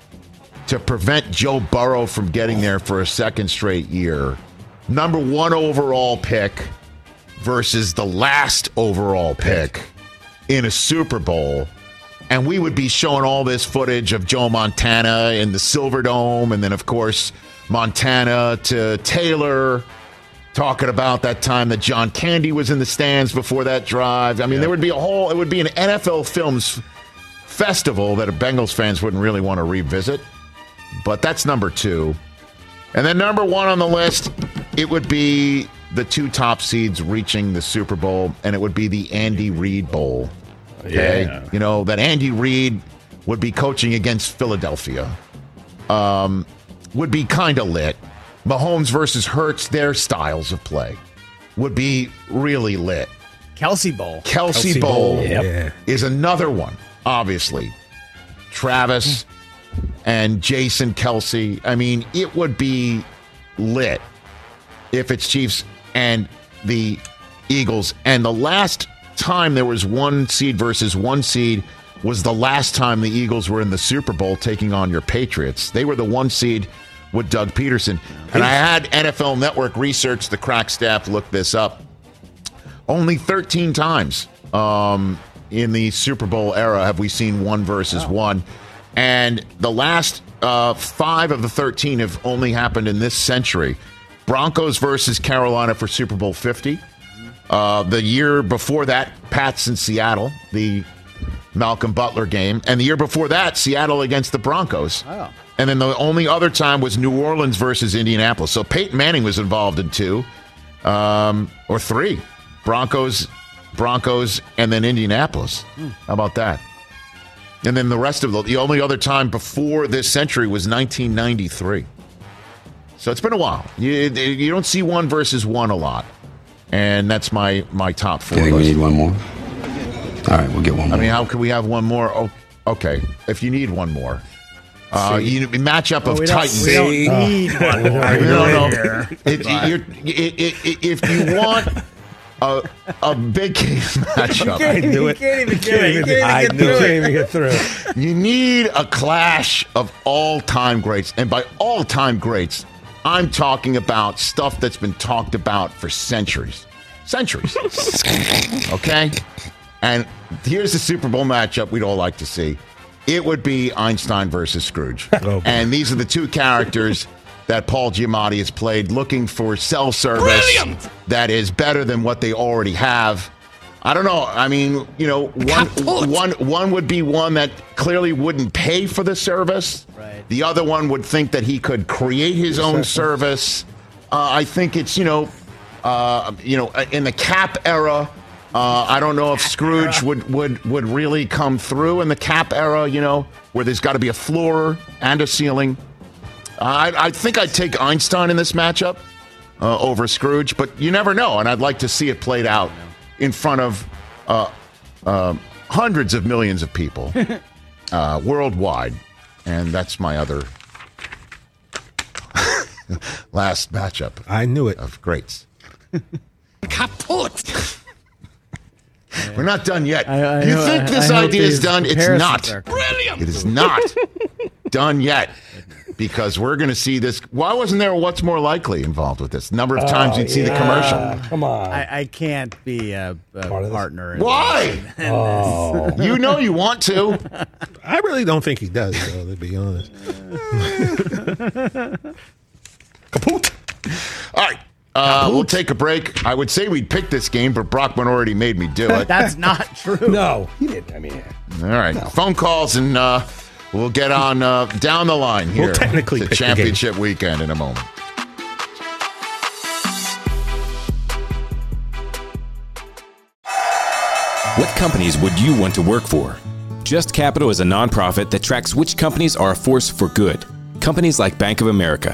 to prevent Joe Burrow from getting there for a second straight year. Number one overall pick versus the last overall pick in a Super Bowl. And we would be showing all this footage of Joe Montana in the Silver Dome. And then, of course, Montana to Taylor talking about that time that John Candy was in the stands before that drive. I mean, there would be a whole, it would be an NFL Films festival that Bengals fans wouldn't really want to revisit. But that's number two. And then number one on the list, it would be the two top seeds reaching the Super Bowl, and it would be the Andy Reid Bowl. Okay. You know, that Andy Reid would be coaching against Philadelphia. Um, would be kind of lit. Mahomes versus Hurts, their styles of play would be really lit.
Kelsey Bowl.
Kelsey,
Kelsey
Bowl,
Bowl, Yep. yeah.
is another one, obviously. Travis and Jason Kelsey. I mean, it would be lit if it's Chiefs and the Eagles. And the last time there was one seed versus one seed was the last time the Eagles were in the Super Bowl taking on your Patriots. They were the one seed with Doug Peterson. And I had NFL Network research, the crack staff look this up only 13 times um, in the Super Bowl era have we seen one versus one. And the last uh, five of the 13 have only happened in this century. Broncos versus Carolina for Super Bowl 50. Uh, the year before that, Pats in Seattle, the Malcolm Butler game. And the year before that, Seattle against the Broncos.
Oh.
And then the only other time was New Orleans versus Indianapolis. So Peyton Manning was involved in two um, or three Broncos, Broncos, and then Indianapolis. How about that? And then the rest of the, the only other time before this century was 1993. So it's been a while. You, you don't see one versus one a lot. And that's my, my top four.
You think we
list.
need one more? All right, we'll get one more.
I mean, how can we have one more? Oh, okay. If you need one more, uh, you matchup of
we don't,
Titans.
we don't
Oh,
need one more.
No, no. It- you're- it- it- it- if you want a, a big case matchup,
I knew
You
it.
can't even do it. You
even-
can't
I
even
knew
get
it.
through
Can't even get through.
you need a clash of all time greats. And by all time greats, I'm talking about stuff that's been talked about for centuries. Centuries. okay? And here's the Super Bowl matchup we'd all like to see. It would be Einstein versus Scrooge.
boy.
and these are the two characters that Paul Giamatti has played looking for self service that is better than what they already have. I don't know. I mean, you know, one, one, one would be one that clearly wouldn't pay for the service.
Right.
The other one would think that he could create his own service. Uh, I think it's, you know, uh, you know, in the cap era. Uh, I don't know if Scrooge would, would, would really come through in the cap era, you know, where there's got to be a floor and a ceiling. I, I think I'd take Einstein in this matchup uh, over Scrooge, but you never know. And I'd like to see it played out in front of uh, uh, hundreds of millions of people uh, worldwide. And that's my other last matchup
I knew it.
of greats. We're not done yet.
I- I
you
know-
think
I-
this
I hope
idea is
these
done? It's
comparisons
not.
are-
It is not done yet because we're going to see this. Why wasn't there a what's more likely involved with this? Number of
Oh,
times you'd see the commercial.
Oh, Come on.
I, I can't be a, a
of this.
partner. in
Why?
Oh.
You know you want to.
I really don't think he does, though, to be honest.
Kaput. All right. Uh, we'll take a break. I would say we'd pick this game, but Brockman already made me do it.
That's not true.
no, he didn't. I mean,
All right. Phone calls, and uh, we'll get on uh, down the line here.
technically
to
pick the game.
championship weekend in a moment.
What companies would you want to work for? Just Capital is a nonprofit that tracks which companies are a force for good. Companies like Bank of America,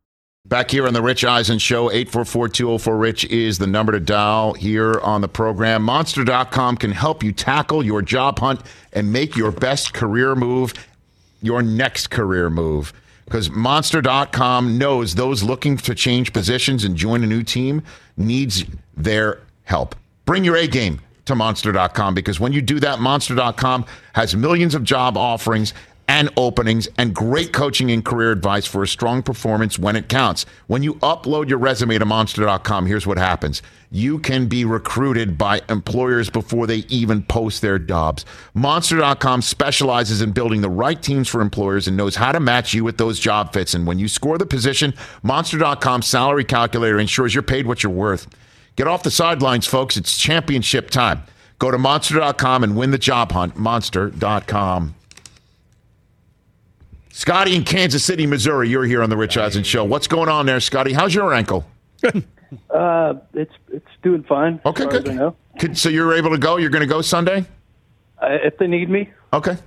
Back here on the Rich Eisen Show, 844-204-RICH is the number to dial here on the program. Monster.com can help you tackle your job hunt and make your best career move your next career move. Because Monster.com knows those looking to change positions and join a new team needs their help. Bring your A game to Monster.com because when you do that, Monster.com has millions of job offerings and openings and great coaching and career advice for a strong performance when it counts. When you upload your resume to monster.com, here's what happens. You can be recruited by employers before they even post their jobs. Monster.com specializes in building the right teams for employers and knows how to match you with those job fits. And when you score the position, Monster.com salary calculator ensures you're paid what you're worth. Get off the sidelines, folks. It's championship time. Go to monster.com and win the job hunt. Monster.com. Scotty in Kansas City, Missouri. You're here on the Rich Eisen Show. What's going on there, Scotty? How's your ankle?
Uh, it's it's doing fine. as
Okay,
far
good.
as I know.
Could- so you're able to go. You're going to go Sunday.
I, if they need me,
Okay.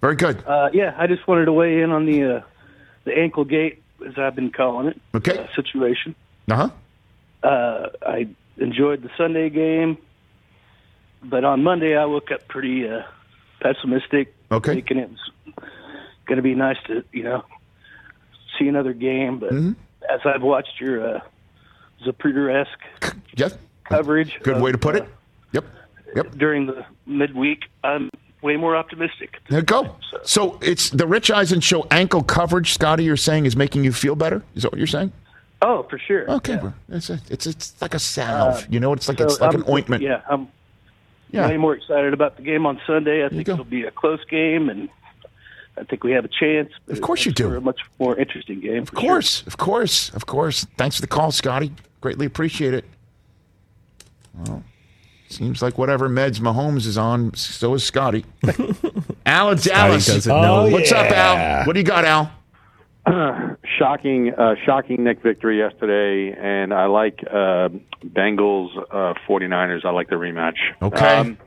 Very good.
Uh, yeah, I just wanted to weigh in on the uh, the ankle gate, as I've been calling it,
Okay.
uh, situation.
Uh huh.
Uh, I enjoyed the Sunday game, but on Monday I woke up pretty uh, pessimistic,
Okay.
thinking it was going to be nice to you know see another game. But
Mm-hmm.
as I've watched your uh, Zapruder-esque
yes.
coverage,
Good way to put it.
during the midweek, I'm way more optimistic.
There you go. So it's the Rich Eisen show ankle coverage, Scotty. You're saying is making you feel better. Is that what you're saying?
Oh, for sure.
Okay, well, it's a, it's it's like a salve. you know, it's like it's
Uh, So
like
I'm-
an ointment.
Yeah, I'm
Yeah.
way more excited about the game on Sunday. I think it'll be a close game, and I think we have a chance. Of course, you do. A much more interesting game.
Of course, of course, of course. Thanks for the call, Scotty. Greatly appreciate it. Well, seems like whatever meds Mahomes is on, so is Scotty. Al in Dallas.
doesn't know. Oh,
What's up,
yeah.
Al? What do you got, Al?
shocking, uh, shocking Nick victory yesterday, and I like uh, Bengals uh, 49ers. I like the rematch.
Okay.
Um,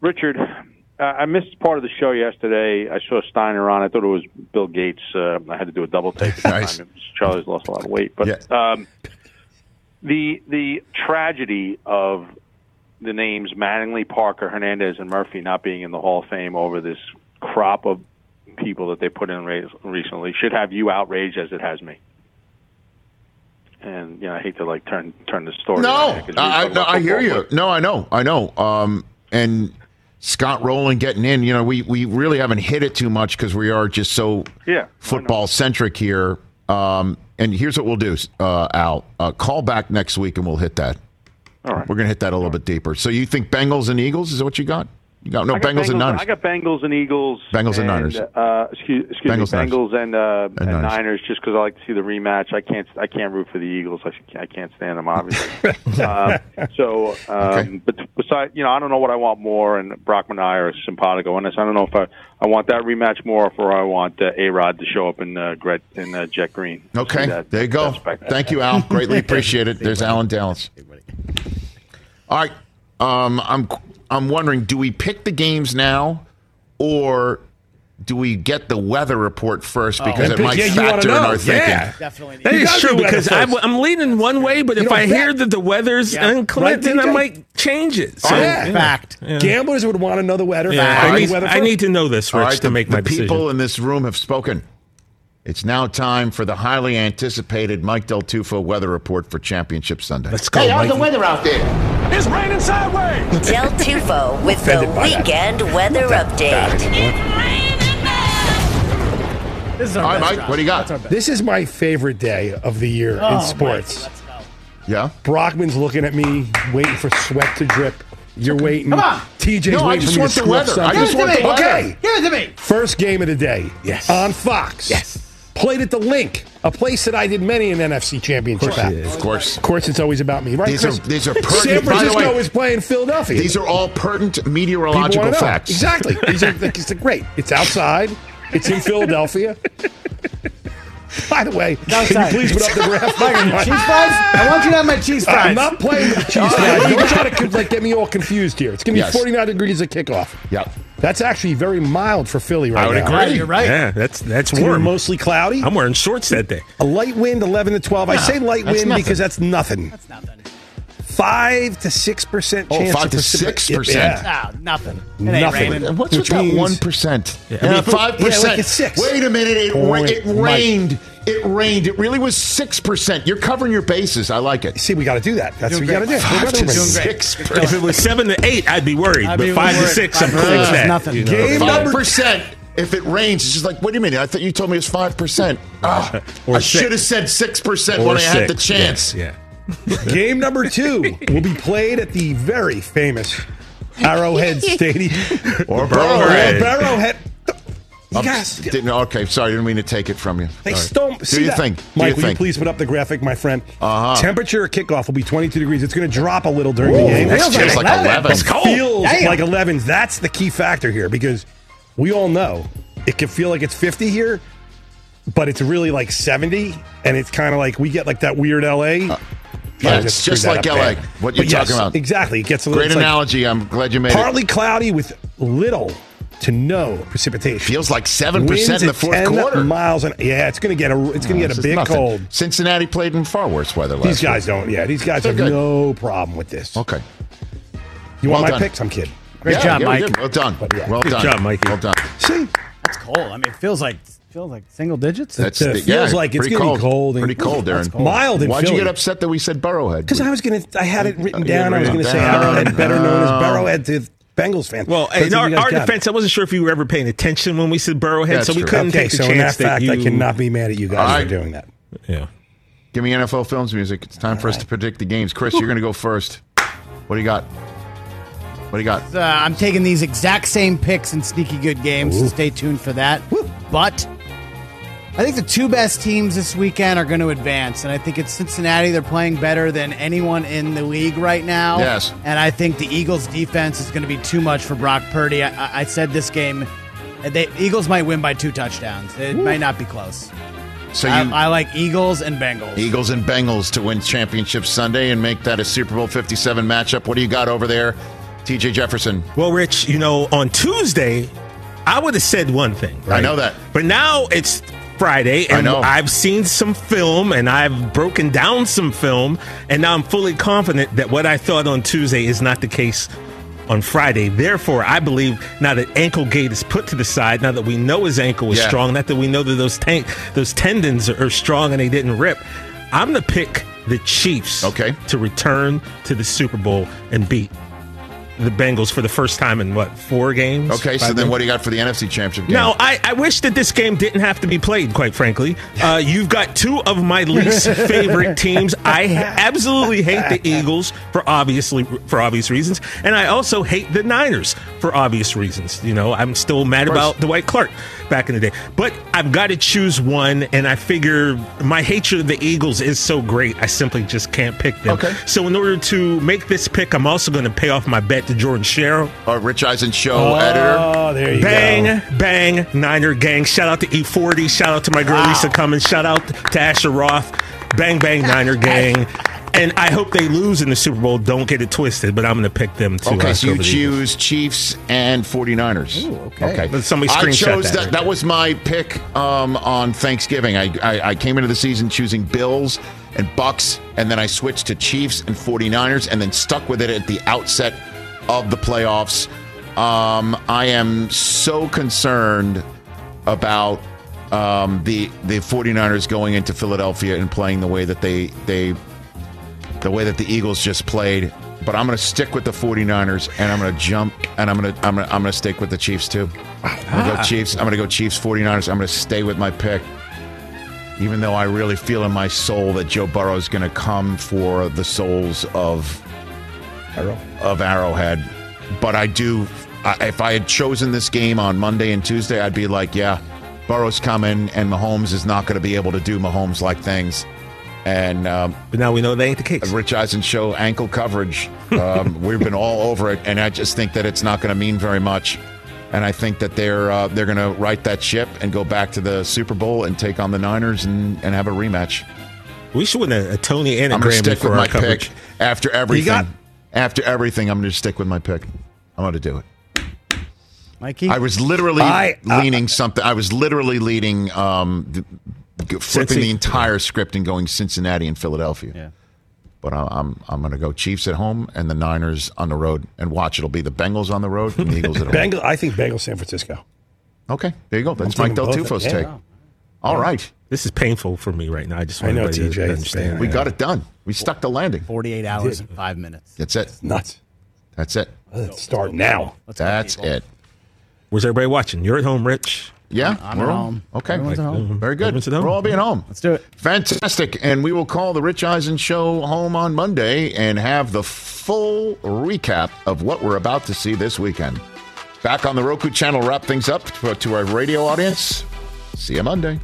Richard, uh, I missed part of the show yesterday. I saw Steiner on. I thought it was Bill Gates. Uh, I had to do a double take. at the
Nice.
time. It was- Charlie's lost a lot of weight, but um, the the tragedy of the names Mattingly, Parker, Hernandez, and Murphy not being in the Hall of Fame over this crop of people that they put in re- recently should have you outraged as it has me. And you know, I hate to like turn turn the story. around
No,
here 'cause we
I, I,
talk
no,
about
I hear
football,
you. No, I know, I know. Um, and Scott Rowland getting in. You know, we we really haven't hit it too much because we are just so
Yeah, I
football centric here. Um, and here's what we'll do, uh, Al. Uh, call back next week and we'll hit that.
All right.
We're gonna hit that a little bit deeper. So you think Bengals and Eagles is that what you got? You got no
I got
Bengals, and Niners.
I got Bengals and Eagles.
Bengals and Niners.
Uh, excuse excuse
Bengals,
me,
Niners.
Bengals and, uh, and,
Niners.
Niners. just because I like to see the rematch. I can't I can't root for the Eagles. I, sh- I can't stand them obviously. um, so, um, but besides, you know, I don't know what I want more. And Brockman and I are simpatico on this. I don't know if I, I want that rematch more, or if I want uh, A Rod to show up in uh, Gret in uh, Jet Green.
Okay,
See that-
there you go.
that spectacle.
Thank you, Al. Greatly appreciate it. There's Alan Dallas. All right, um, I'm I'm wondering, do we pick the games now, or do we get the weather report first because it might factor in our thinking?
Definitely.
That
You
is
gotta
true
do weather
because I,
first.
am leaning one way, but
You
if
don't
I
bet.
hear that the weather's
Yeah.
unclear,
Right,
then I
DJ?
might change it.
Oh, yeah. Fact.
Yeah.
Gamblers would want to know the weather.
Yeah.
Fact.
I need-
The weather
I
first.
need to know this,
All
Rich,
right,
to make
the
my
people
decision.
in this room have spoken. It's now time for the highly anticipated Mike Del Tufo weather report for Championship Sunday. Let's
go, Hey, how's the Mikey. weather
out there?
It's raining sideways. Del Tufo with the
Offended by that.
weekend weather update.
This is
All right, Mike, what do you got?
This is my favorite day of the year
Oh,
in
Mike,
sports.
Yeah.
Brockman's looking at me, waiting for sweat to drip. You're waiting.
Come on.
TJ's
No, I
waiting
just
for me to
want the
screw up
weather.
something.
I just want the weather.
Okay.
Give it to me.
First game of the day.
Yes.
On Fox. Yes. Played at the Link, a place that I did many an NFC championship
Of course
at.
it is. Of course.
Of course, it's always about me, right?
These
Chris?
are- these are
San
pertinent- by the
Francisco
way,
is playing Philadelphia.
These are all pertinent
People wanna
meteorological
know.
facts.
Exactly. These are, like, it's great. It's outside. It's in Philadelphia. By the way, can you
outside.
please put up the graph?
Mike, cheese fries? I want you to have my cheese fries.
I'm not playing with the cheese fries. You're trying to like, get me all confused here. It's going to be
Yes.
49 degrees at kickoff.
Yep.
That's actually very mild for Philly right
I would
now.
agree. Yeah, that's that's
It's gonna be
warm.
Mostly cloudy.
I'm wearing shorts that day.
A light wind, 11 to 12. I
Yeah,
say light
that's
wind
nothing.
because that's nothing. That's nothing. Five to six percent
Oh,
chance.
five
of
to
precipi-
six
Yeah.
percent.
Ah, nothing. It ain't
Nothing.
raining.
What's with that
means-
1%?
Yeah, I
Yeah,
mean,
five
yeah,
percent.
like it's six.
Wait a minute! It, ra-
Point,
it
Mike.
rained. It rained. It really was six percent. You're covering your bases. I like it.
See, we got to do that. That's
Doing
what we got to do.
great. Five
We're
to
doing great.
six
Good
percent.
If it was seven to eight, I'd be worried.
I'd
but
be
five to
worried.
six,
Five
I'm
to
cool
six
with
is
that.
nothing.
you know.
Game
Five
number percent. If it rains, it's just like, wait a minute. I thought you told me it was five percent. Ah, I
Or six.
should have said six percent
or
when I had the
six.
chance.
Yeah.
Game number two will be played at the very famous Arrowhead Stadium.
Or
Arrowhead.
Burrowhead.
Arrowhead.
Um,
Yes.
Didn't, okay, sorry. Didn't mean to take it from you.
They
Sorry.
stole.
Do
see
your
that?
thing. Do
Mike,
your
will
thing.
you please put up the graphic, my friend?
Uh-huh.
Temperature at kickoff will be 22 degrees. It's going to drop a little during the game.
that feels
Feels
like 11. It's cold.
Feels
Damn.
like 11. That's the key factor here because we all know it can feel like it's 50 here, but it's really like 70, and it's kind of like we get like that weird LA.
yeah,
I
it's
screwed
just
that
like
up
LA.
bad.
What you're
But yes,
talking about.
Exactly. It gets a little
Great
it's like
analogy. I'm glad you made it.
partly cloudy with little to no precipitation.
Feels like 7% in the fourth quarter.
Miles an, yeah, it's going to get a it's going
No,
to get
this
a
is
big
nothing.
cold.
Cincinnati played in far worse weather last
These guys
week.
don't. Yeah, these guys
They're
have
good.
no problem with this.
Okay.
You want
Well
my
done.
picks? I'm kidding.
Great
Yeah,
job,
yeah, we
Mike.
did. Well done.
But yeah.
Well
Good
done.
job, Mikey.
Well done.
See,
That's cold. I mean, it feels like feels like single digits.
That's
It
the-
feels
yeah,
like it's
pretty
getting
cold.
cold and-
pretty cold,
That's
Darren.
cold. Mild in
Why'd you
Philly.
get upset that we said Burrowhead?
Because I was gonna, I had it written
Uh, you
down. I was
written
gonna say
down. Oh.
Arrowhead, better known as
No.
Barrowhead to Bengals fans.
Well,
But I
in
think
our,
you guys
our
got it.
defense, I wasn't sure if you were ever paying attention when we said Burrowhead,
That's
so we
true.
couldn't
Okay,
take the
so in
chance
that fact,
that you
I cannot be mad at you
All
guys
right.
for doing that.
Yeah.
Give me NFL films music. It's time for us to predict the games. Chris, you're going to go first. What do you got? What do you got?
Uh, I'm taking these exact same picks in sneaky good games. So stay tuned for that. But I think the two best teams this weekend are going to advance, and I think it's Cincinnati. They're playing better than anyone in the league right now.
Yes.
and I think the Eagles' defense is going to be too much for Brock Purdy. I, I- I said this game, the Eagles might win by two touchdowns. It might not be close.
So you
I, I like Eagles and Bengals.
Eagles and Bengals to win championship Sunday and make that a Super Bowl 57 matchup. What do you got over there, TJ Jefferson?
Well, Rich, you know, on Tuesday, I would have said one thing.
I know that.
But now it's Friday,
I
and
know.
I've seen some film and I've broken down some film, and now I'm fully confident that what I thought on Tuesday is not the case on Friday. Therefore, I believe now that ankle gate is put to the side, now that we know his ankle is
Yeah.
strong, not that we know that those tank those tendons are, are strong and they didn't rip. I'm gonna pick the Chiefs
Okay.
to return to the Super Bowl and beat the Bengals for the first time in what four games?
Okay, so
Five
then
games?
what do you got for the NFC championship game?
Now, I, I wish that this game didn't have to be played, quite frankly. Uh, you've got two of my least favorite teams. I ha- absolutely hate the Eagles for obviously for obvious reasons, and I also hate the Niners for obvious reasons. You know, I'm still mad
Of course.
about Dwight Clark back in the day. But I've got to choose one, and I figure my hatred of the Eagles is so great, I simply just can't pick them.
Okay.
So in order to make this pick, I'm also going to pay off my bet to Jordan Sherrill.
Our Uh, Rich Eisen show editor.
Oh, there you
Bang,
go.
bang, Niner gang. Shout out to E40. Shout out to my girl Lisa Cummins. Shout out to Asher Roth. Bang, bang, Niner gang. And I hope they lose in the Super Bowl. Don't get it twisted, but I'm going to pick them too.
Okay,
uh,
so you
over the Eagles.
choose Chiefs and 49ers.
okay.
But somebody
I
screenshot
chose
that.
that. That was my pick um, on Thanksgiving. I, I, I came into the season choosing Bills and Bucks, and then I switched to Chiefs and 49ers, and then stuck with it at the outset of the playoffs. Um, I am so concerned about um, the the 49ers going into Philadelphia and playing the way that they they the way that the Eagles just played. But I'm going to stick with the 49ers, and I'm going to jump, and I'm going to I'm going to I'm going to stick with the Chiefs too. I'm going to go Chiefs. I'm going to go Chiefs 49ers. I'm going to stay with my pick, even though I really feel in my soul that Joe Burrow is going to come for the souls of
Arrow.
of Arrowhead. But I do, I, if I had chosen this game on Monday and Tuesday, I'd be like, yeah, Burrow's coming, and Mahomes is not going to be able to do Mahomes like things. And um,
But now we know that ain't the case.
Rich Eisen show ankle coverage. Um, we've been all over it, and I just think that it's not going to mean very much. And I think that they're uh, they're going to right that ship and go back to the Super Bowl and take on the Niners and, and have a rematch.
We should win a, a Tony and a
I'm going to
Grammy
stick
for
with
our
my
coverage.
pick after everything.
got-
after everything, I'm going to stick with my pick. I'm going to do it.
Mikey,
I was literally
I- I-
leaning something. I was literally leading, um, the, g- flipping
Cincy.
the entire script and going Cincinnati and Philadelphia. But I, I'm I'm going to go Chiefs at home and the Niners on the road and watch. It'll be the Bengals on the road and the Eagles at home.
Bengal. I think Bengal, San Francisco.
Okay, there you go. That's
I'm taking
Mike Del
both of
Tufo's
them.
take.
Yeah.
All right,
This is painful for me right now. I just
I
want
know,
everybody
TJ,
to
it's
understand.
bad.
we got it done. We stuck the landing.
48 hours and five minutes.
That's it.
Nuts.
That's it.
Let's start now.
That's it.
Where's everybody watching? You're at home, Rich.
Yeah,
I'm
we're
at
all-
home.
Okay,
Everyone's at home.
Very good.
uh-huh. Everyone's at home.
We're all being home.
Let's do it.
Fantastic. And we will call the Rich Eisen show home on Monday and have the full recap of what we're about to see this weekend. Back on the Roku channel, wrap things up to, to our radio audience. See you Monday.